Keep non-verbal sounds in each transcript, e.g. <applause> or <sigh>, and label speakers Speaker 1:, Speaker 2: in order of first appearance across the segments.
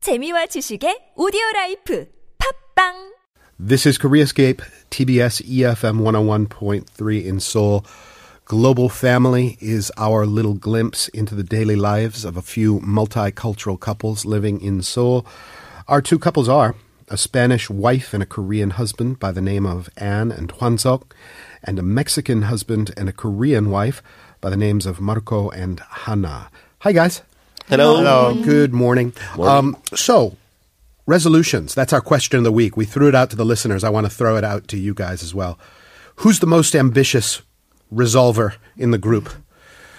Speaker 1: 재미와 지식의 오디오 라이프 팝빵!
Speaker 2: This is KoreaScape, TBS EFM 101.3 in Seoul. Global Family is our little glimpse into the daily lives of a few multicultural couples living in Seoul. Our two couples are a Spanish wife and a Korean husband by the name of Anne and Hwansok, and a Mexican husband and a Korean wife by the names of Marco and Hana. Hi, guys.
Speaker 3: Hello.
Speaker 2: Hello. Good morning. Um, so, resolutions. That's our question of the week. We threw it out to the listeners. I want to throw it out to you guys as well. Who's the most ambitious resolver in the group?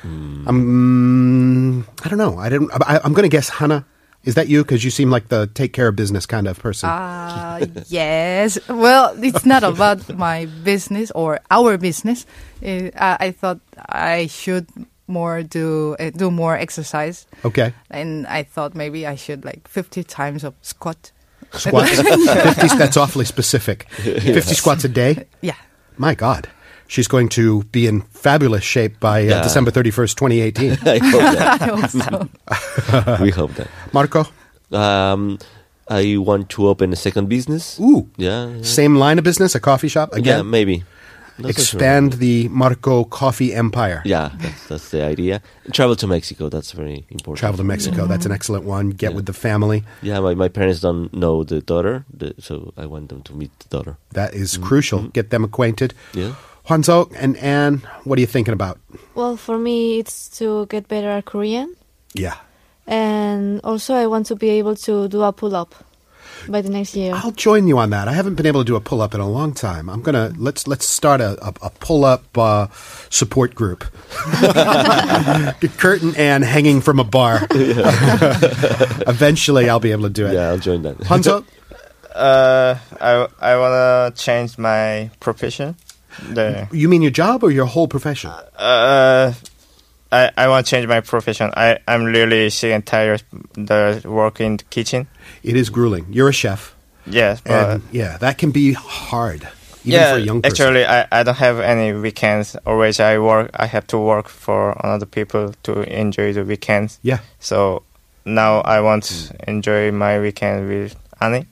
Speaker 3: Hmm.
Speaker 2: Um, I don't know. I didn't. I, I'm going to guess Hannah. Is that you? Because you seem like the take care of business kind of person.
Speaker 4: Uh, yes. Well, it's not about my business or our business. Uh, I, I thought I should more do uh, do more exercise,
Speaker 2: <laughs> okay.
Speaker 4: and I thought maybe I should like fifty times of squat.
Speaker 2: Squats. 50, that's awfully
Speaker 3: <laughs>
Speaker 2: specific. 50 squats a day?
Speaker 4: Yeah. <laughs>
Speaker 2: My God. She's going to be in fabulous shape by uh,
Speaker 3: Yeah.
Speaker 2: December 31st,
Speaker 3: <laughs>
Speaker 2: 2018.
Speaker 3: I hope
Speaker 4: I hope so.
Speaker 2: <laughs>
Speaker 3: that. we hope that.
Speaker 2: Marco,
Speaker 3: Um, I want to open a second business.
Speaker 2: Ooh.
Speaker 3: Yeah. Yeah,
Speaker 2: same line of business, a coffee shop?
Speaker 3: yeah
Speaker 2: Again,
Speaker 3: maybe. Not so sure.
Speaker 2: expand the Marco coffee empire.
Speaker 3: Yeah, that's, that's the idea. Travel to Mexico. That's very important.
Speaker 2: Travel to Mexico, that's an excellent one. Get with the family.
Speaker 3: Yeah, my, my parents don't know the daughter, the, so I want them to meet the daughter.
Speaker 2: That is crucial. Get them acquainted.
Speaker 3: Mm-hmm. Yeah.
Speaker 2: Hwanzo and Anne, what are you thinking about?
Speaker 5: Well, for me, it's to get better at Korean,
Speaker 2: Yeah.
Speaker 5: and also I want to be able to do a pull up by the next year.
Speaker 2: I'll join you on that. I haven't been able to do a pull up in a long time. I'm gonna let's let's start a, a, a pull up uh, support group. <laughs> Curtain Anne hanging from a
Speaker 3: <laughs>
Speaker 2: bar. <laughs> Eventually, I'll be able to do it.
Speaker 3: Yeah, I'll join that.
Speaker 2: Hanzo,
Speaker 6: Uh, I I wanna change my profession.
Speaker 2: <laughs>
Speaker 6: The
Speaker 2: you mean your job or your whole profession?
Speaker 6: uh, I I wanna change my profession. I I'm really sick and tired of the work in the kitchen.
Speaker 2: It is grueling. You're a chef,
Speaker 6: Yes, but
Speaker 2: and yeah, that can be hard, even
Speaker 6: uh, yeah,
Speaker 2: for a young person.
Speaker 6: actually, I I don't have any weekends. Always I work. I have to work for another people to enjoy the weekends.
Speaker 2: yeah.
Speaker 6: So now I want
Speaker 2: Mm.
Speaker 6: to enjoy my weekend with Annie.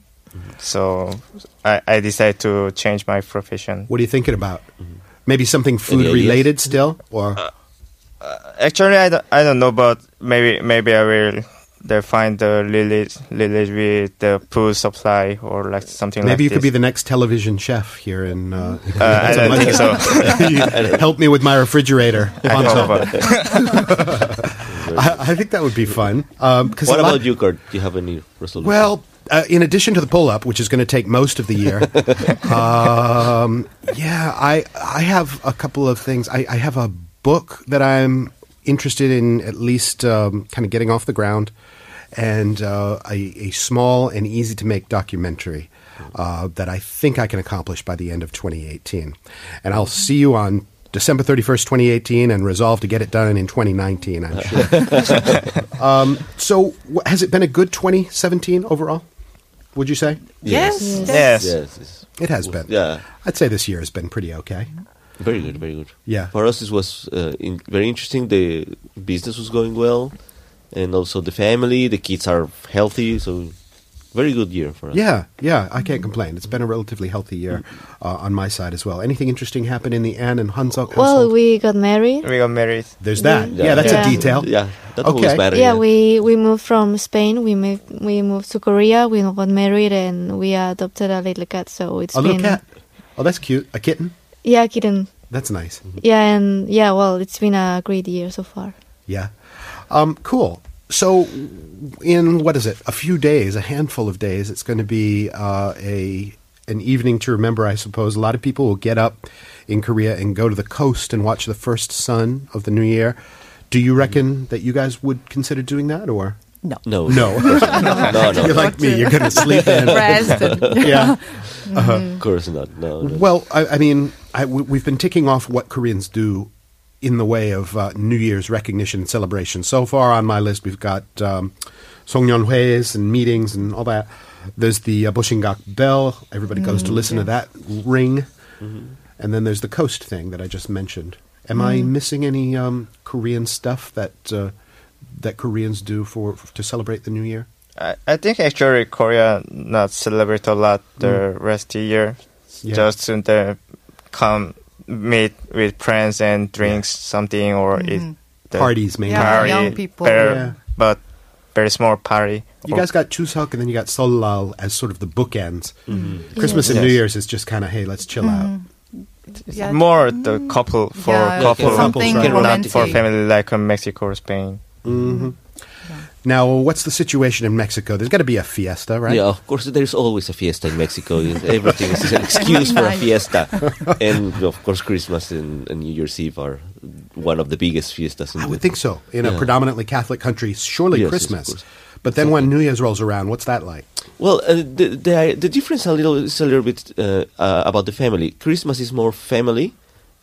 Speaker 6: So I I decide to change my profession.
Speaker 2: What are you thinking about?
Speaker 6: Mm-hmm.
Speaker 2: Maybe something food
Speaker 3: ideas?
Speaker 2: related still, or
Speaker 6: Uh, Actually, I don't, I don't know, but maybe maybe I will they find the release release with the food supply or like something like
Speaker 2: maybe you could be
Speaker 6: this.
Speaker 2: the next television chef here <laughs> in. Uh,
Speaker 6: Uh, I don't think so.
Speaker 2: <laughs> Help me with my refrigerator.
Speaker 6: I
Speaker 2: Hanzo.
Speaker 6: don't know, but-
Speaker 4: <laughs>
Speaker 2: I, I think that would be fun. Um, 'cause
Speaker 3: what
Speaker 2: a lot-
Speaker 3: about you, Kurt? Do you have any resolution?
Speaker 2: Well, uh, in addition to the pull up, which is going to take most of the year, um, yeah, I I have a couple of things. I, I have a book that I'm interested in, at least um, kind of getting off the ground, and uh, a, a small and easy to make documentary. Uh, that I think I can accomplish by the end of 2018. And I'll see you on December 31st, 2018, and resolve to get it done in 2019, I'm sure. So, wh- has it been a good 2017 overall? Would you say
Speaker 4: Yes.
Speaker 3: Yes.
Speaker 6: yes.
Speaker 3: yes, yes.
Speaker 2: it has been?
Speaker 3: Yeah.
Speaker 2: I'd say this year has been pretty okay.
Speaker 3: Very good, very good.
Speaker 2: Yeah.
Speaker 3: For us, it was uh, in, very interesting. The business was going well, and also the family, the kids are healthy, so very good year for us.
Speaker 2: Yeah, yeah, I can't complain. It's been a relatively healthy year uh, on my side as well. Anything interesting happen in the Anne and Hanzok household?
Speaker 5: Well, we got married.
Speaker 6: we got married.
Speaker 2: There's that. Yeah,
Speaker 3: Yeah.
Speaker 2: that's
Speaker 5: Yeah.
Speaker 2: a detail.
Speaker 3: Yeah, that
Speaker 2: Okay.
Speaker 3: always matters.
Speaker 5: Yeah, we we moved from Spain. We moved we moved to Korea. We got married, and we adopted a little cat. So
Speaker 2: a
Speaker 5: it's
Speaker 2: little
Speaker 5: been
Speaker 2: cat. Oh, that's cute. A kitten.
Speaker 5: yeah kitten.
Speaker 2: That's nice.
Speaker 5: Yeah, and yeah, well, it's been a great year so far.
Speaker 2: Yeah. Um, cool. So, in what is it? A few days, a handful of days. It's going to be uh, a an evening to remember, I suppose. A lot of people will get up in Korea and go to the coast and watch the first sun of the new year. Do you reckon that you guys would consider doing that, or
Speaker 4: No.
Speaker 2: <laughs>
Speaker 3: No,
Speaker 2: no?
Speaker 3: <laughs> no,
Speaker 2: <laughs>
Speaker 3: no.
Speaker 2: you're like me. You're going to sleep
Speaker 4: <laughs>
Speaker 2: in.
Speaker 4: Rest.
Speaker 2: Yeah.
Speaker 5: Mm.
Speaker 3: of course not. No, no.
Speaker 2: Well, I, I mean, I, we, we've been ticking off what Koreans do in the way of uh, New Year's recognition and celebration. So far on my list, we've got um, Songnyeonhues and meetings and all that. There's the uh, Boshingak bell. Everybody goes to listen to that ring. And then there's the coast thing that I just mentioned. Am I missing any um, Korean stuff that uh, that Koreans do for to celebrate the New Year?
Speaker 6: I, I think actually Korea not celebrate a lot the rest of the year.
Speaker 2: Mm. Yeah.
Speaker 6: Just to the come meet with friends and drinks something or eat the
Speaker 2: Parties, mainly.
Speaker 4: Mm-hmm. Yeah.
Speaker 6: party.
Speaker 4: young people.
Speaker 6: very-
Speaker 2: Yeah.
Speaker 6: But very small party.
Speaker 2: You
Speaker 6: Or-
Speaker 2: guys got Chuseok and then you got Solal as sort of the bookends. Christmas and
Speaker 6: Yes.
Speaker 2: New Year's is just kind of, hey, let's chill out.
Speaker 4: Yeah. Mm.
Speaker 6: more the couple for
Speaker 4: Yeah,
Speaker 6: couple,
Speaker 4: something
Speaker 2: Right.
Speaker 6: not
Speaker 4: romantic.
Speaker 6: for family like in Mexico or Spain.
Speaker 2: Now, what's the situation in Mexico? There's got to be a fiesta, right?
Speaker 3: Yeah, of course, there's always a fiesta in
Speaker 2: <laughs>
Speaker 3: Mexico. Everything is an excuse for a
Speaker 4: Nice.
Speaker 3: fiesta. And of course, Christmas and, and New Year's Eve are one of the biggest fiestas in
Speaker 2: I
Speaker 3: the
Speaker 2: would think so. In a
Speaker 3: Yeah.
Speaker 2: predominantly Catholic country, surely
Speaker 3: Yes, yes, of
Speaker 2: Christmas.
Speaker 3: course.
Speaker 2: but then when New Year's rolls around, what's that like?
Speaker 3: Well, uh, the, the the difference a little is a little bit uh, uh, about the family. Christmas is more family,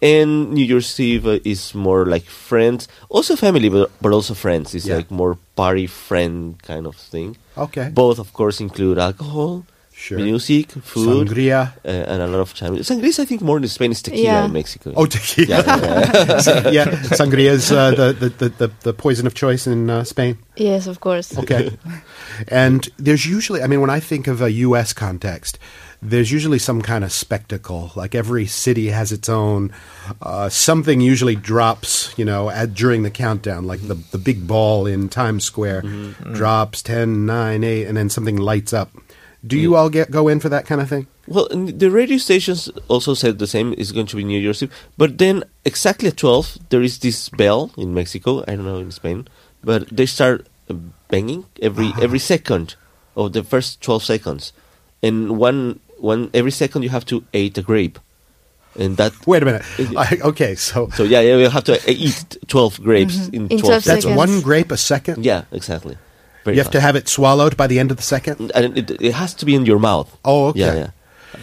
Speaker 3: and New Year's Eve uh, is more like friends, also family, but, but also friends. It's
Speaker 2: Yeah.
Speaker 3: like more party friend kind of thing.
Speaker 2: Okay.
Speaker 3: Both, of course, include alcohol,
Speaker 2: Sure.
Speaker 3: music, food,
Speaker 2: Sangria.
Speaker 3: uh, and a lot of time. Sangria, is, I think, more in Spain is tequila
Speaker 5: Yeah.
Speaker 3: in Mexico.
Speaker 2: Oh, <laughs> tequila. <laughs>
Speaker 3: Yeah,
Speaker 2: Yeah,
Speaker 3: yeah, yeah.
Speaker 2: sangria is uh, the, the, the, the, the poison of choice in uh, Spain.
Speaker 5: Yes, of course.
Speaker 2: Okay. <laughs> and there's usually, I mean, when I think of a U.S. context, there's usually some kind of spectacle. Like every city has its own. Uh, something usually drops, you know, at, during the countdown, like the, the big ball in Times Square
Speaker 3: Mm-hmm.
Speaker 2: drops 10, 9, 8, and then something lights up. Do
Speaker 3: Mm.
Speaker 2: you all get go in for that kind of thing?
Speaker 3: Well, n- the radio stations also said the same. It's going to be New Year's Eve, but then exactly at twelve there is this bell in Mexico. I don't know in Spain, but they start uh, banging every
Speaker 2: Ah.
Speaker 3: every second of the first twelve seconds, and one one every second you have to eat a grape, and that
Speaker 2: Wait a minute.
Speaker 3: It-
Speaker 2: I, okay, so
Speaker 3: so yeah yeah you have to uh, eat twelve grapes
Speaker 2: Mm-hmm.
Speaker 3: in,
Speaker 5: In 12
Speaker 3: twelve
Speaker 2: that's
Speaker 3: seconds.
Speaker 5: seconds.
Speaker 2: one grape a second?
Speaker 3: Yeah, exactly. Very
Speaker 2: You have to
Speaker 3: fast.
Speaker 2: have it swallowed by the end of the second?
Speaker 3: and it, it has to be in your mouth.
Speaker 2: Oh, okay.
Speaker 3: Yeah, yeah.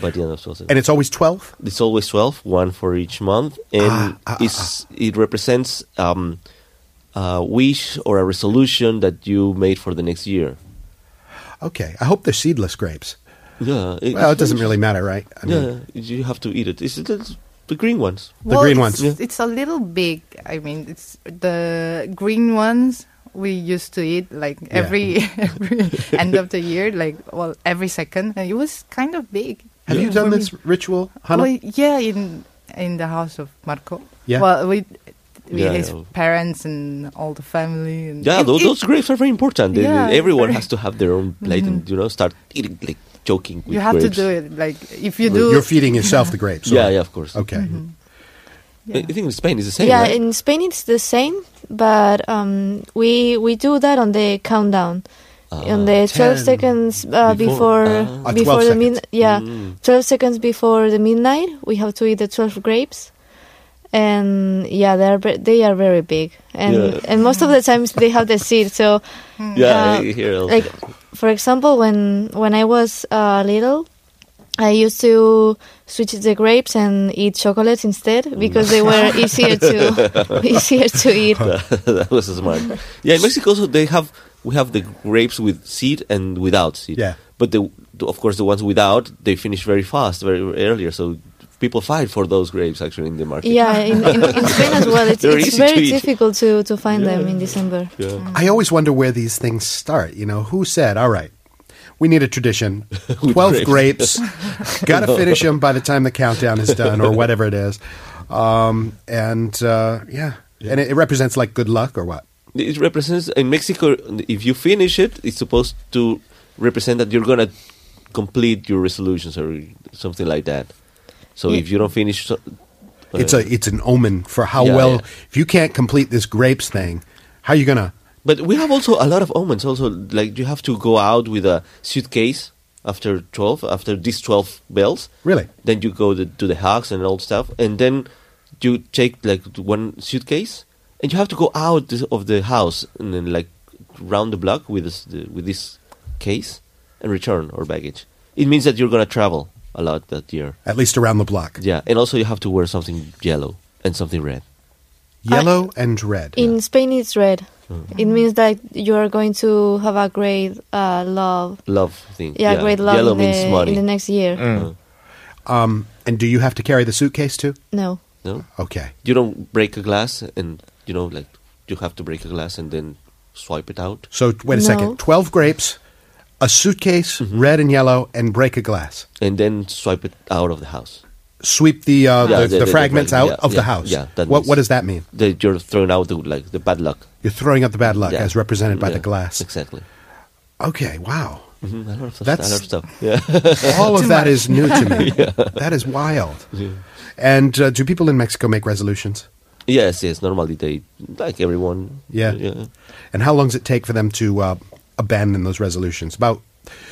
Speaker 3: By the end of 12 seconds.
Speaker 2: And it's always 12?
Speaker 3: it's always 12 one for each month and
Speaker 2: ah,
Speaker 3: it's, it represents um, a wish or a resolution that you made for the next year
Speaker 2: Okay. I hope they're seedless grapes.
Speaker 3: yeah
Speaker 2: Well, it doesn't really matter, right? I mean,
Speaker 3: yeah you have to eat it it's, it's the green ones
Speaker 4: Well,
Speaker 2: green
Speaker 4: it's-
Speaker 2: ones.
Speaker 4: It's a little big. I mean, it's the green ones we used to eat like every <laughs> every end of the year, like well every second, and it was kind of big.
Speaker 2: Have you
Speaker 4: for
Speaker 2: done
Speaker 4: me.
Speaker 2: this ritual, Hannah?
Speaker 4: Well, yeah, in in the house of Marco.
Speaker 2: Yeah.
Speaker 4: Well, we. With
Speaker 3: Yeah,
Speaker 4: his
Speaker 3: yeah.
Speaker 4: parents and all the family, and
Speaker 3: yeah
Speaker 4: it-
Speaker 3: those,
Speaker 4: it-
Speaker 3: those grapes are very important They-
Speaker 4: Yeah,
Speaker 3: everyone
Speaker 4: very- Mm-hmm.
Speaker 3: has to have their own plate and you know start eating like joking with
Speaker 4: you have
Speaker 3: grapes.
Speaker 4: to do it. Mm-hmm. Like if you do,
Speaker 2: You're feeding yourself the grapes.
Speaker 3: yeah
Speaker 2: or-
Speaker 3: yeah of course
Speaker 2: Okay.
Speaker 3: I I think in Spain it's the same
Speaker 5: Yeah,
Speaker 3: right?
Speaker 5: in Spain it's the same, but um, we we do that on the countdown, on the
Speaker 2: 10
Speaker 5: twelve seconds uh,
Speaker 3: before-
Speaker 2: Ah, 12
Speaker 5: before before the
Speaker 2: seconds.
Speaker 5: mid yeah
Speaker 3: Mm.
Speaker 5: twelve seconds before the midnight we have to eat the twelve grapes, and yeah they are ve- they are very big and
Speaker 3: Yeah.
Speaker 5: and most of the times they have the seed so
Speaker 3: yeah
Speaker 5: uh,
Speaker 3: here also.
Speaker 5: like for example when when I was uh, little. I used to switch the grapes and eat chocolates
Speaker 3: Mm.
Speaker 5: instead because they
Speaker 3: <laughs>
Speaker 5: were easier to easier to eat.
Speaker 3: that was smart. Yeah, in Mexico also they have we have the grapes with seed and without seed.
Speaker 2: Yeah.
Speaker 3: But the, the- of course the ones without they finish very fast, very earlier. So people fight for those grapes actually in the market.
Speaker 5: Yeah, in, in, in Spain as well. It's,
Speaker 3: They're
Speaker 5: it's
Speaker 3: easy to
Speaker 5: very
Speaker 3: eat.
Speaker 5: difficult to, to find them in December.
Speaker 3: Yeah.
Speaker 2: I always wonder where these things start. You know, who said, all right, we need a tradition
Speaker 3: <laughs>
Speaker 2: 12 grapes. Got to finish them by the time the countdown is done or whatever it is. Um, and uh, yeah. And it, it represents like good luck or what?
Speaker 3: It represents in Mexico if you finish it, it's supposed to represent that you're gonna complete your resolutions or something like that. So if you don't finish, so-
Speaker 2: It's a it's an omen for how
Speaker 3: Yeah,
Speaker 2: well
Speaker 3: yeah.
Speaker 2: if you can't complete this grapes thing, how you gonna?
Speaker 3: But we have also a lot of omens. Also, like you have to go out with a suitcase after twelve, after these twelve bells.
Speaker 2: Really?
Speaker 3: Then you go to, to the hogs and all stuff, and then you take like one suitcase, and you have to go out this- of the house and then like round the block with this the, with this case and return or baggage. It means that you're gonna travel a lot that year.
Speaker 2: At least around the block,
Speaker 3: Yeah, and also you have to wear something yellow and something red.
Speaker 2: yellow and red.
Speaker 5: In Spain, it's red.
Speaker 3: Mm.
Speaker 5: It means that you are going to have a great uh, love.
Speaker 3: Love thing.
Speaker 5: Yeah, great love
Speaker 3: Yellow
Speaker 5: in the,
Speaker 3: means money.
Speaker 5: in the next year.
Speaker 2: Mm.
Speaker 3: Uh,
Speaker 2: Um, and do you have to carry the suitcase too?
Speaker 5: No.
Speaker 3: no.
Speaker 2: Okay.
Speaker 3: you don't break a glass and you know like you have to break a glass and then swipe it out
Speaker 2: So wait a
Speaker 5: No.
Speaker 2: second. Twelve grapes, a suitcase,
Speaker 3: Mm-hmm.
Speaker 2: red and yellow, and break a glass.
Speaker 3: and then swipe it out of the house.
Speaker 2: Sweep the uh,
Speaker 3: Yeah,
Speaker 2: the,
Speaker 3: the-
Speaker 2: the
Speaker 3: the- the
Speaker 2: fragments out
Speaker 3: fragment, yeah,
Speaker 2: of the
Speaker 3: yeah,
Speaker 2: house.
Speaker 3: yeah, that
Speaker 2: what
Speaker 3: means-
Speaker 2: what does that mean?
Speaker 3: That you're throwing out the like the bad luck.
Speaker 2: You're throwing out the bad luck
Speaker 3: Yeah.
Speaker 2: as represented by
Speaker 3: Yeah,
Speaker 2: the glass.
Speaker 3: <laughs> Exactly.
Speaker 2: Okay,
Speaker 3: <laughs>
Speaker 2: wow.
Speaker 3: Mhm, a lot of stuff.
Speaker 2: That's-
Speaker 3: a lot of stuff. Yeah. <laughs>
Speaker 2: All of that is new to me. That is wild. And uh, do people in Mexico make resolutions?
Speaker 3: yes. Yes. Normally they like everyone.
Speaker 2: Yeah.
Speaker 3: Yeah.
Speaker 2: And how long does it take for them to uh, abandon those resolutions? About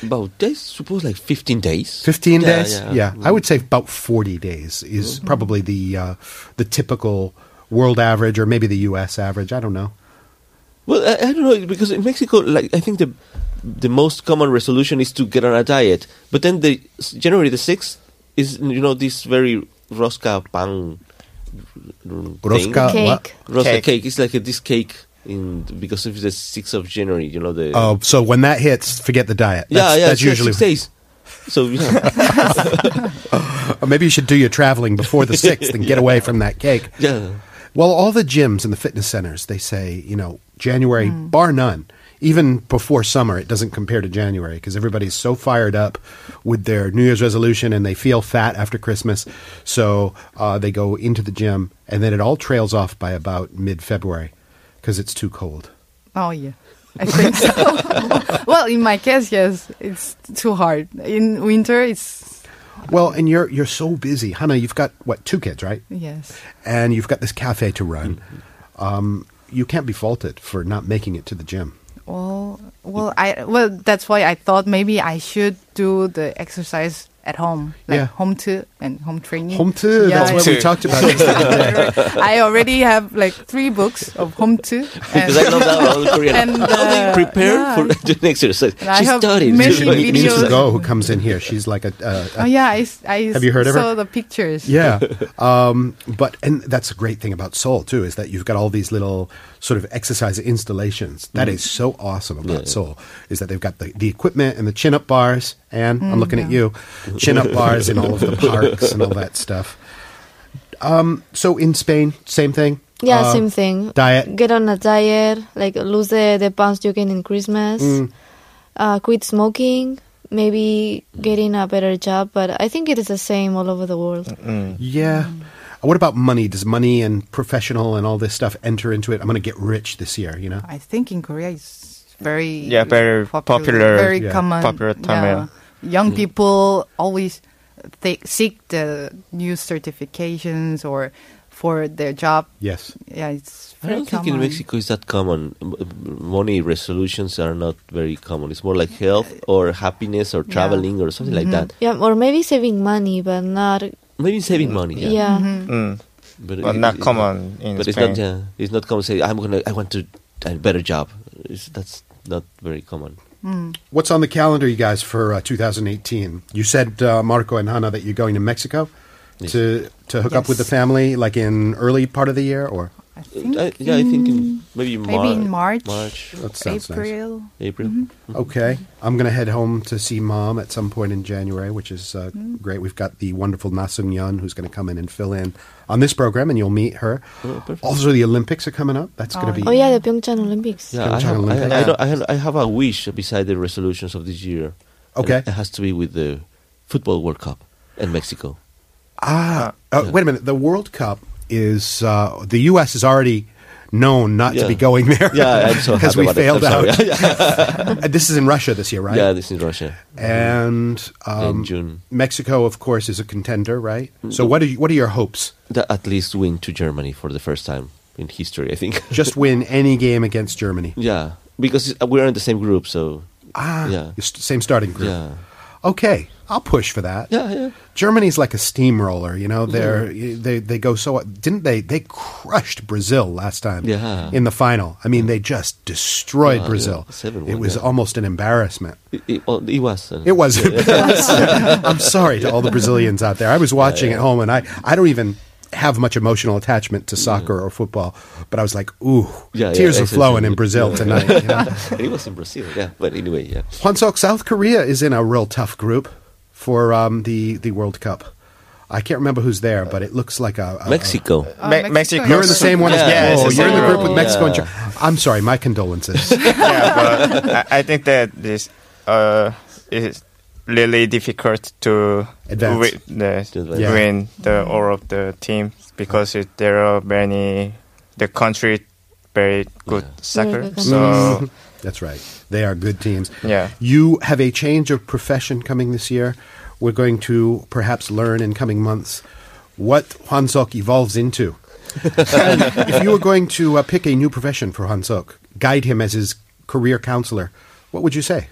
Speaker 3: About days, suppose like fifteen days.
Speaker 2: 15
Speaker 3: Yeah,
Speaker 2: days?
Speaker 3: Yeah. Mm. Mm-hmm.
Speaker 2: I would say about 40 days is probably the uh, the typical world average or maybe the US average. I don't know.
Speaker 3: Well, I, I don't know because in Mexico, like I think the the most common resolution is to get on a diet, but then the January the sixth is you know this very rosca pan thing.
Speaker 2: Rosca
Speaker 5: Cake.
Speaker 2: Uh, what?
Speaker 3: rosca
Speaker 6: Cake.
Speaker 3: cake. It's like a, this cake in because of the sixth of January. You know the
Speaker 2: Oh, so when that hits, forget the diet.
Speaker 3: yeah
Speaker 2: That's,
Speaker 3: yeah
Speaker 2: that's
Speaker 3: it's like
Speaker 2: usually.
Speaker 3: six days. So <laughs> yeah,
Speaker 2: Or <laughs> maybe you should do your traveling before the 6th
Speaker 3: <laughs>
Speaker 2: and get away from that cake.
Speaker 4: <laughs>
Speaker 3: yeah.
Speaker 2: Well, all the gyms and the fitness centers, they say, you know, January,
Speaker 4: Hmm.
Speaker 2: bar none. Even before summer, it doesn't compare to January because everybody's so fired up with their New Year's resolution and they feel fat after Christmas. So uh, they go into the gym and then it all trails off by about mid February because it's too cold.
Speaker 4: Oh yeah, I think so. <laughs> well, in my case, yes, it's too hard. In winter, it's
Speaker 2: Well, and you're, you're so busy. Hannah, you've got, what, two kids, right?
Speaker 4: yes.
Speaker 2: And you've got this cafe to run. Um, you can't be faulted for not making it to the gym.
Speaker 4: Well, well, I well that's why I thought maybe I should do the exercise at home, like
Speaker 2: Yeah.
Speaker 4: home to and home training.
Speaker 2: Home too.
Speaker 4: Yeah,
Speaker 2: that's what we
Speaker 6: Two.
Speaker 2: talked about. it.
Speaker 4: <laughs> I already have like three books of home
Speaker 3: <laughs>
Speaker 4: to.
Speaker 3: Because I love that all Korean.
Speaker 4: and,
Speaker 3: How
Speaker 4: uh,
Speaker 3: they prepare
Speaker 4: yeah.
Speaker 3: for <laughs> the next exercise.
Speaker 4: And I
Speaker 3: She
Speaker 4: have
Speaker 3: studied.
Speaker 4: many
Speaker 3: She-
Speaker 2: Min- Min
Speaker 4: videos.
Speaker 2: Sugo, who comes in here, she's like a, a,
Speaker 4: Oh
Speaker 2: a
Speaker 4: yeah, I, s- I s-
Speaker 2: Have you heard of her?
Speaker 4: saw the pictures.
Speaker 2: yeah. Um, but and that's a great thing about Seoul too is that you've got all these little sort of exercise installations. That is so awesome about Seoul is that they've got the, the equipment and the chin up bars. And I'm looking at you, chin up bars in all of the parks and all that stuff. Um, so in Spain, same thing.
Speaker 5: Yeah,
Speaker 2: Uh,
Speaker 5: same thing.
Speaker 2: diet.
Speaker 5: Get on a diet, like lose the, the pounds you gain in Christmas, uh, quit smoking, maybe getting a better job. But I think it is the same all over the world.
Speaker 2: Yeah.
Speaker 5: Mm.
Speaker 2: What about money? Does money and professional and all this stuff enter into it? I'm going to get rich this year, you know?
Speaker 4: I think in Korea it's very
Speaker 6: Yeah, very popular,
Speaker 4: very
Speaker 2: yeah,
Speaker 4: common,
Speaker 6: popular term,
Speaker 4: yeah.
Speaker 3: Mm.
Speaker 4: Young people always th- seek the new certifications or for their job.
Speaker 2: Yes.
Speaker 4: Yeah, it's
Speaker 3: I
Speaker 4: very
Speaker 3: don't
Speaker 4: common.
Speaker 3: think in Mexico it's that common. M- Money resolutions are not very common. It's more like health or happiness or traveling or something like that.
Speaker 5: Yeah, or maybe saving money, but not.
Speaker 4: Mm-hmm.
Speaker 3: Maybe saving money.
Speaker 5: Yeah.
Speaker 3: Yeah, it-
Speaker 4: Oh,
Speaker 6: Mm. But not
Speaker 3: it's
Speaker 6: common in
Speaker 3: but it's
Speaker 6: Spain.
Speaker 3: not. Yeah, it's not common. Say I'm gonna. I want to a better job. It's, that's not very common.
Speaker 2: What's on the calendar, you guys, for uh, 2018? You said, uh, Marco and Hannah, that you're going to Mexico to to hook up with the
Speaker 4: Yes.
Speaker 2: family, like in early part of the year, or
Speaker 4: I think
Speaker 3: I, yeah, I think in, maybe in Mar-
Speaker 4: maybe in March, Mm-hmm.
Speaker 3: March,
Speaker 2: That sounds nice.
Speaker 4: April.
Speaker 3: April.
Speaker 2: okay.
Speaker 3: Mm-hmm.
Speaker 2: I'm going to head home to see mom at some point in January, which is uh,
Speaker 3: Mm-hmm.
Speaker 2: great. We've got the wonderful Nasum Yun who's going to come in and fill in on this program, and you'll meet her.
Speaker 3: Oh, perfect.
Speaker 2: Also, the Olympics are coming up. That's going
Speaker 4: Oh,
Speaker 2: to be
Speaker 5: Oh, yeah, the Pyeongchang Olympics.
Speaker 3: Yeah, I
Speaker 2: Pyeongchang
Speaker 3: have, I,
Speaker 2: Olympic.
Speaker 3: I, don't- I, have, I have a wish beside the resolutions of this year. And
Speaker 2: Okay.
Speaker 3: it has to be with the football World Cup in Mexico.
Speaker 2: Ah,
Speaker 3: Oh,
Speaker 2: uh, wait a minute. The World Cup is uh, the U.S. is already known not to
Speaker 3: Yeah.
Speaker 2: be going there. <laughs>
Speaker 3: Yeah, I'm so
Speaker 2: because
Speaker 3: happy
Speaker 2: we
Speaker 3: about it. I'm
Speaker 2: failed
Speaker 3: <laughs>
Speaker 2: out.
Speaker 3: sorry.
Speaker 2: Uh, this is in Russia this year, right?
Speaker 3: Yeah, this in Russia.
Speaker 2: and um,
Speaker 3: In June. Mm.
Speaker 2: Mexico, of course, is a contender, right? So, what are you, what are your hopes?
Speaker 3: That at least win to Germany for the first time in history, I think. <laughs>
Speaker 2: Just win any game against Germany.
Speaker 3: yeah, because uh, we're in the same group, so
Speaker 2: Ah,
Speaker 3: Yeah.
Speaker 2: s- same starting group.
Speaker 3: yeah,
Speaker 2: Okay, I'll push for that.
Speaker 3: yeah, Mm. yeah.
Speaker 2: Germany's like a steamroller, you know. They're they they go so didn't they? They crushed Brazil last time
Speaker 3: Yeah.
Speaker 2: in the final. I mean, they just destroyed Brazil.
Speaker 3: Yeah, yeah. 7-1,
Speaker 2: It was
Speaker 3: yeah.
Speaker 2: almost an embarrassment.
Speaker 3: It, it, well, it was. uh,
Speaker 2: It was. <laughs> I'm sorry to all the Brazilians out there. I was watching at home, and I I don't even have much emotional attachment to soccer or football, but I was like, ooh,
Speaker 3: Yeah, yeah,
Speaker 2: tears are
Speaker 3: it's- it's-
Speaker 2: flowing in
Speaker 3: yeah,
Speaker 2: Brazil
Speaker 3: yeah.
Speaker 2: tonight. You
Speaker 3: <laughs>
Speaker 2: know?
Speaker 3: and it was in Brazil, yeah. But anyway, yeah.
Speaker 2: Hwansok, South Korea is in a real tough group for um, the the World Cup. I can't remember who's there, but it looks like a, a-
Speaker 3: Mexico.
Speaker 4: Oh,
Speaker 6: Me- Mexico.
Speaker 2: You're in the same one as
Speaker 3: Yeah,
Speaker 2: yeah,
Speaker 3: it's
Speaker 2: oh,
Speaker 3: the
Speaker 2: You're in
Speaker 3: same
Speaker 2: the group with
Speaker 3: group.
Speaker 2: Mexico and
Speaker 3: Yeah.
Speaker 2: China. I'm sorry, my condolences.
Speaker 6: yeah, but I, I think that this uh, it's really difficult to
Speaker 2: Advance.
Speaker 6: wi- the-
Speaker 3: To advance.
Speaker 2: Yeah.
Speaker 6: win the all of the team because it, there are many the country very good soccer.
Speaker 5: Very good
Speaker 2: Mm.
Speaker 6: So
Speaker 2: <laughs> That's right. They are good teams.
Speaker 6: yeah,
Speaker 2: You have a change of profession coming this year. We're going to perhaps learn in coming months what Hansok evolves into. And if you were going to uh, pick a new profession for Hansok, guide him as his career counselor, what would you say?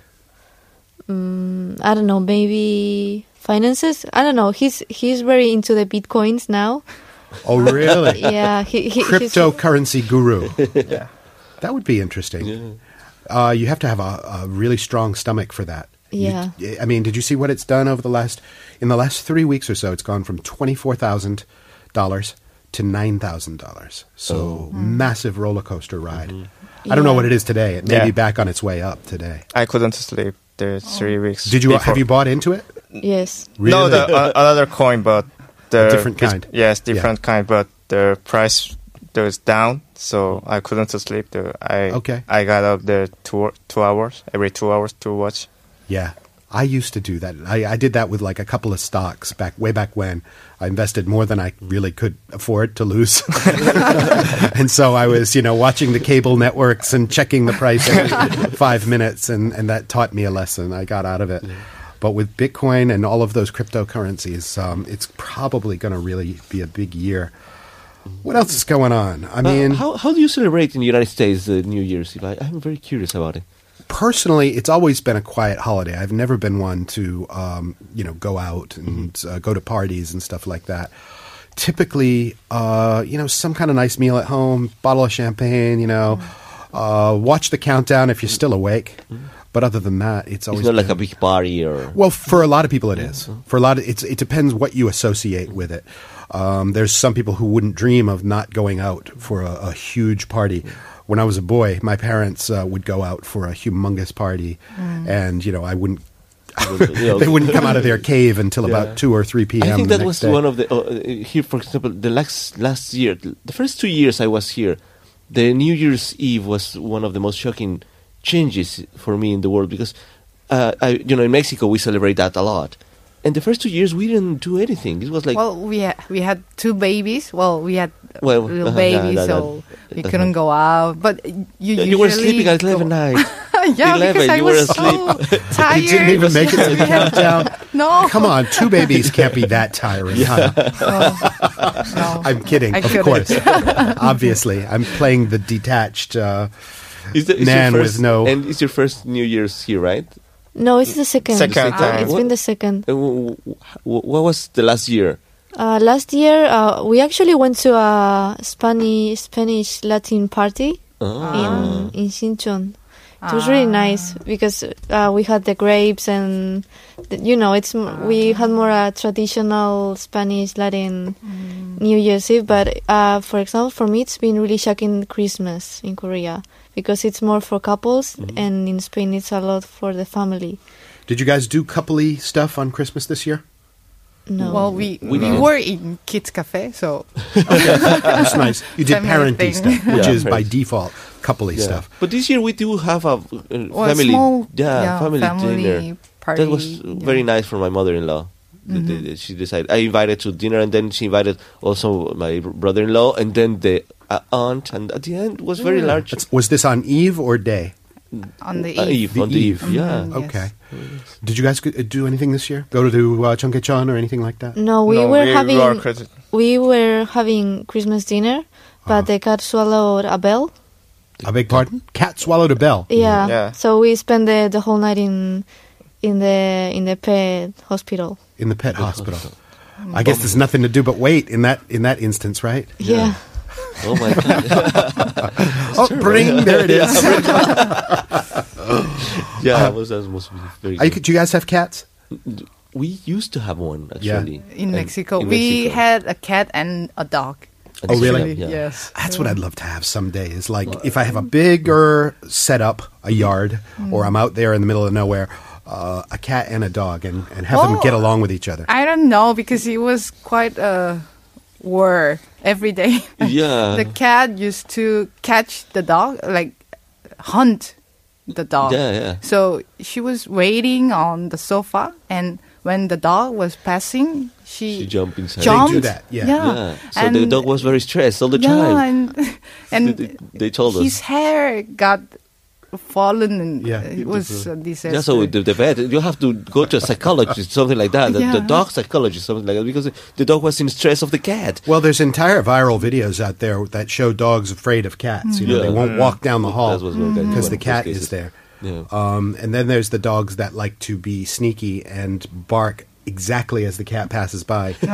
Speaker 5: I don't know, maybe finances. I don't know. He's he's very into the bitcoins now.
Speaker 2: Oh, really?
Speaker 5: Yeah, he, he He's,
Speaker 2: Cryptocurrency guru.
Speaker 6: <laughs> yeah.
Speaker 2: That would be interesting. Uh, you have to have a, a really strong stomach for that. You-
Speaker 5: Yeah.
Speaker 2: I mean, did you see what it's done over the last in the last three weeks or so? It's gone from twenty four thousand dollars to nine thousand dollars.
Speaker 6: Oh.
Speaker 2: So massive roller coaster ride. I don't know
Speaker 5: Yeah.
Speaker 2: what it is today. It may
Speaker 6: Mm-hmm. Yeah.
Speaker 2: be back on its way up today.
Speaker 6: I couldn't sleep the three
Speaker 4: Oh.
Speaker 6: weeks.
Speaker 2: Did you have
Speaker 6: before.
Speaker 2: you bought into it?
Speaker 5: yes.
Speaker 6: No, the, uh, another coin, but the
Speaker 2: A different
Speaker 6: it's-
Speaker 2: kind.
Speaker 6: Yes,
Speaker 2: Yeah.
Speaker 6: different kind, but the price goes down, so I couldn't sleep. The, I
Speaker 2: Okay.
Speaker 6: I got up the two two hours every two hours to watch.
Speaker 2: Yeah. I used to do that. I, I did that with like a couple of stocks back way back when. I invested more than I really could afford to lose. <laughs> and so I was, you know, watching the cable networks and checking the price every <laughs> five minutes and, and that taught me a lesson. I got out of it. But with Bitcoin and all of those cryptocurrencies, um, it's probably going to really be a big year. What else is going on? I
Speaker 3: Uh,
Speaker 2: mean,
Speaker 3: how, how do you celebrate in the United States the New Year's? If I, I'm very curious about it.
Speaker 2: personally, it's always been a quiet holiday. I've never been one to, um, you know, go out and
Speaker 3: Mm-hmm.
Speaker 2: uh, go to parties and stuff like that. Typically, uh, you know, some kind of nice meal at home, bottle of champagne, you know,
Speaker 3: Mm-hmm.
Speaker 2: uh, watch the countdown if you're still awake. But other than that, it's
Speaker 3: It's
Speaker 2: always
Speaker 3: not like
Speaker 2: been-
Speaker 3: a big party
Speaker 2: <laughs>
Speaker 3: or.
Speaker 2: well, for a lot of people, it is. For a lot, of, it's it depends what you associate with it. Um, there's some people who wouldn't dream of not going out for a, a huge party. When I was a boy, my parents uh, would go out for a humongous party,
Speaker 3: Mm.
Speaker 2: and you know I wouldn't.
Speaker 3: you know,
Speaker 2: They wouldn't come out of
Speaker 3: <laughs>
Speaker 2: their cave until
Speaker 3: Yeah.
Speaker 2: about two or three p.m.
Speaker 3: I think
Speaker 2: the
Speaker 3: that
Speaker 2: next
Speaker 3: was
Speaker 2: day.
Speaker 3: one of the uh, uh, here, for example, the last last year, the first two years I was here, the New Year's Eve was one of the most shocking changes for me in the world because, uh, I you know, in Mexico we celebrate that a lot, and the first two years we didn't do anything. It was like
Speaker 4: well, we ha- we had two babies. Well, we had
Speaker 3: Well,
Speaker 4: little
Speaker 3: uh-huh, yeah, that-
Speaker 4: babies, so
Speaker 3: that-
Speaker 4: we
Speaker 3: that's
Speaker 4: couldn't
Speaker 3: not-
Speaker 4: go out. But you
Speaker 3: you,
Speaker 4: usually
Speaker 3: were sleeping at
Speaker 4: go-
Speaker 3: eleven at night.
Speaker 4: <laughs>
Speaker 3: 11,
Speaker 4: yeah, because I
Speaker 3: you were
Speaker 4: was so
Speaker 3: asleep. <laughs>
Speaker 4: tired.
Speaker 2: You didn't even make it
Speaker 4: <laughs>
Speaker 2: to the countdown.
Speaker 4: no,
Speaker 2: Come on, two babies can't be that tiring. huh?
Speaker 4: <laughs> no.
Speaker 2: I'm kidding,
Speaker 4: I
Speaker 2: of
Speaker 4: couldn't. <laughs>
Speaker 2: course. Obviously, I'm playing the detached. Uh,
Speaker 3: Is the- is your
Speaker 2: Nan with
Speaker 3: first-
Speaker 2: no-
Speaker 3: and it's your first New Year's here, right?
Speaker 5: No, it's the second.
Speaker 6: Second
Speaker 5: Uh,
Speaker 6: time.
Speaker 5: It's been the second.
Speaker 3: Uh, wh- wh- wh- What was the last year?
Speaker 5: Uh, last year, uh, we actually went to a Spanish Spanish Latin party
Speaker 6: Oh.
Speaker 5: in in Sinchon. It was really nice because uh, we had the grapes and the, you know it's m we had more a traditional Spanish Latin New Year's Eve. But uh, for example, for me, it's been really shocking Christmas in Korea because it's more for couples,
Speaker 6: Mm-hmm.
Speaker 5: and in Spain, it's a lot for the family.
Speaker 2: did you guys do coupley stuff on Christmas this year?
Speaker 5: No,
Speaker 4: Well, we
Speaker 3: We
Speaker 4: we,
Speaker 3: didn't.
Speaker 4: were in kids' cafe, so
Speaker 2: <laughs> That's nice. You did
Speaker 4: Family
Speaker 2: parenting
Speaker 4: thing.
Speaker 2: stuff, which
Speaker 3: Yeah.
Speaker 2: is by default coupley
Speaker 3: Yeah.
Speaker 2: stuff.
Speaker 3: But this year we do have a uh,
Speaker 4: Or
Speaker 3: family,
Speaker 4: small,
Speaker 3: yeah,
Speaker 4: yeah,
Speaker 3: family,
Speaker 4: family
Speaker 3: dinner.
Speaker 4: party,
Speaker 3: that was
Speaker 4: yeah.
Speaker 3: very nice for my mother-in-law. The- the- the- She decided I invited to dinner, and then she invited also my brother-in-law, and then the uh, aunt. And at the end, it was very large
Speaker 2: That's- was this on Eve or day?
Speaker 4: on the
Speaker 3: uh, eve
Speaker 4: eve.
Speaker 3: on the eve. Yeah,
Speaker 4: Mhm. Yes.
Speaker 2: Okay. Did you guys go- uh, do anything this year? Go to uh, Chonkecheon or anything like that?
Speaker 5: no, we
Speaker 6: No,
Speaker 5: were
Speaker 6: we
Speaker 5: having
Speaker 6: were crit-
Speaker 5: we were having Christmas dinner, but the cat swallowed a bell.
Speaker 2: I beg pardon. Cat swallowed a bell.
Speaker 5: Yeah.
Speaker 6: Yeah.
Speaker 5: So we spent the, the whole night in in the in the pet hospital.
Speaker 2: in the pet hospital. I guess there's nothing to do but wait in that in that instance, right?
Speaker 5: Yeah.
Speaker 3: Oh my <laughs> god!
Speaker 2: Oh, bring there it is.
Speaker 3: yeah, that was that was very.
Speaker 2: Are you,
Speaker 3: good.
Speaker 2: do you guys have cats?
Speaker 3: we used to have one
Speaker 2: Yeah.
Speaker 3: actually
Speaker 4: in
Speaker 3: And-
Speaker 4: Mexico.
Speaker 3: in
Speaker 4: we
Speaker 3: Mexico.
Speaker 4: had a cat and a dog.
Speaker 3: And
Speaker 2: Oh, really?
Speaker 3: actually,
Speaker 4: Actually,
Speaker 3: Yeah.
Speaker 4: Yes.
Speaker 2: That's what I'd love to have someday. Is like if I have a bigger setup, a yard, or I'm out there in the middle of nowhere, uh, a cat and a dog, and, and have them
Speaker 4: Oh.
Speaker 2: get along with each other.
Speaker 4: I don't know because it was quite a war every day. <laughs>
Speaker 3: Yeah.
Speaker 4: the cat used to catch the dog, like hunt the dog.
Speaker 3: Yeah, yeah.
Speaker 4: So she was waiting on the sofa, and when the dog was passing, she,
Speaker 3: She jumped inside.
Speaker 4: Jumped.
Speaker 2: They do that, yeah.
Speaker 3: Yeah. So the dog was very stressed all the
Speaker 4: yeah,
Speaker 3: time. <laughs>
Speaker 4: and
Speaker 3: They-
Speaker 4: and
Speaker 3: they told us.
Speaker 4: his hair got fallen, and
Speaker 2: Yeah.
Speaker 4: it was a disaster.
Speaker 3: Yeah, so the, the vet, you have to go to a psychologist, something like that. The, the
Speaker 4: Yeah.
Speaker 3: dog psychologist, something like that, because the dog was in stress of the cat.
Speaker 2: Well, there's entire viral videos out there that show dogs afraid of cats. You know, they
Speaker 3: Yeah.
Speaker 2: won't walk down the hall
Speaker 3: That was one guy- one
Speaker 2: because
Speaker 3: of
Speaker 2: the
Speaker 3: those
Speaker 2: cat
Speaker 3: cases.
Speaker 2: is there.
Speaker 3: Yeah.
Speaker 2: Um, and then there's the dogs that like to be sneaky and bark exactly as the cat passes by. and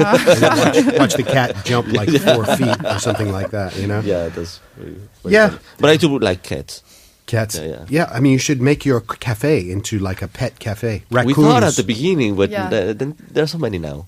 Speaker 2: watch, watch the cat
Speaker 3: <laughs>
Speaker 2: jump like four feet or something like that. You know,
Speaker 3: Yeah, that's very, very
Speaker 2: Yeah.
Speaker 3: funny. But I do like cats.
Speaker 2: cats.
Speaker 3: Yeah, yeah.
Speaker 2: I mean, you should make your c- cafe into like a pet cafe. Raccoons.
Speaker 3: We thought at the beginning, but
Speaker 4: Yeah.
Speaker 3: th- then there are so many now.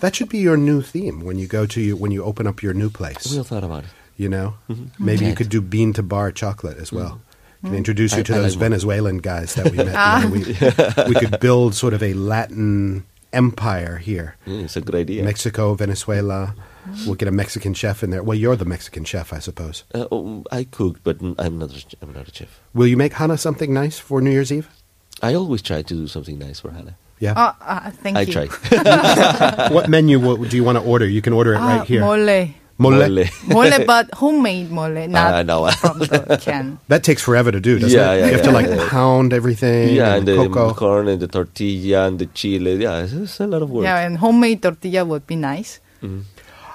Speaker 2: that should be your new theme when you go to you when you open up your new place.
Speaker 3: We all thought about it.
Speaker 2: You know, maybe you
Speaker 3: Cat.
Speaker 2: could do bean to bar chocolate as well. Can introduce you
Speaker 3: Mm-hmm. I-
Speaker 2: to
Speaker 3: I like
Speaker 2: those
Speaker 3: one.
Speaker 2: Venezuelan guys that we met.
Speaker 3: <laughs>
Speaker 2: you know, <laughs> we, we could build sort of a Latin empire here.
Speaker 3: Mm, it's a good idea.
Speaker 2: Mexico, Venezuela.
Speaker 3: Mm-hmm.
Speaker 2: We'll get a Mexican chef in there. Well, you're the Mexican chef, I suppose.
Speaker 3: Uh, oh, I cook, but n- I'm not. A, ch- I'm not a chef.
Speaker 2: Will you make Hannah something nice for New Year's Eve?
Speaker 3: I always try to do something nice for Hannah.
Speaker 2: Yeah.
Speaker 4: Oh, uh, thank
Speaker 3: I
Speaker 4: you.
Speaker 3: try.
Speaker 2: <laughs>
Speaker 3: Uh,
Speaker 2: what menu wo- do you want to order? You can order it
Speaker 4: Ah,
Speaker 2: right here.
Speaker 4: Mole.
Speaker 2: <laughs> Mole.
Speaker 4: Mole, but homemade mole, not
Speaker 3: I know.
Speaker 4: from the can.
Speaker 2: That takes forever to do, doesn't
Speaker 3: Yeah,
Speaker 2: it?
Speaker 3: yeah,
Speaker 2: you have to
Speaker 3: yeah,
Speaker 2: like
Speaker 3: yeah.
Speaker 2: pound everything.
Speaker 3: <laughs> yeah,
Speaker 2: and
Speaker 3: and the
Speaker 2: cocoa.
Speaker 3: corn and the tortilla and the chile. Yeah, it's, it's a lot of work.
Speaker 4: Yeah, and homemade tortilla would be nice.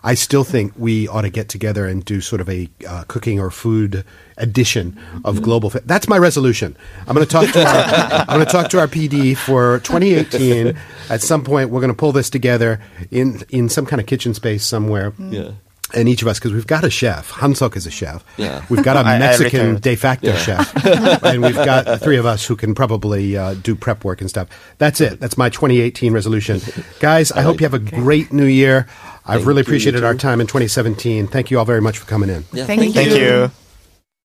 Speaker 2: I still think we ought to get together and do sort of a uh, cooking or food edition of Global. Fa- That's my resolution. I'm going to talk to our, <laughs> I'm going to talk to our PD for 2018. At some point, we're going to pull this together in in some kind of kitchen space somewhere.
Speaker 3: Yeah.
Speaker 2: And each of us, because we've got a chef. Hansok is a chef.
Speaker 3: Yeah.
Speaker 2: We've
Speaker 3: <laughs>
Speaker 2: got a
Speaker 6: I- I
Speaker 2: Mexican
Speaker 6: retired.
Speaker 2: de facto
Speaker 3: Yeah. <laughs>
Speaker 2: chef, and we've got the three of us who can probably uh, do prep work and stuff. That's it. That's my 2018 resolution, guys. I hope you have a great new year. I've
Speaker 3: Thank
Speaker 2: really
Speaker 3: you,
Speaker 2: appreciated
Speaker 3: you
Speaker 2: our
Speaker 3: too.
Speaker 2: time in 2017. Thank you all very much for coming in.
Speaker 3: Yeah,
Speaker 4: Thank
Speaker 6: Thank you.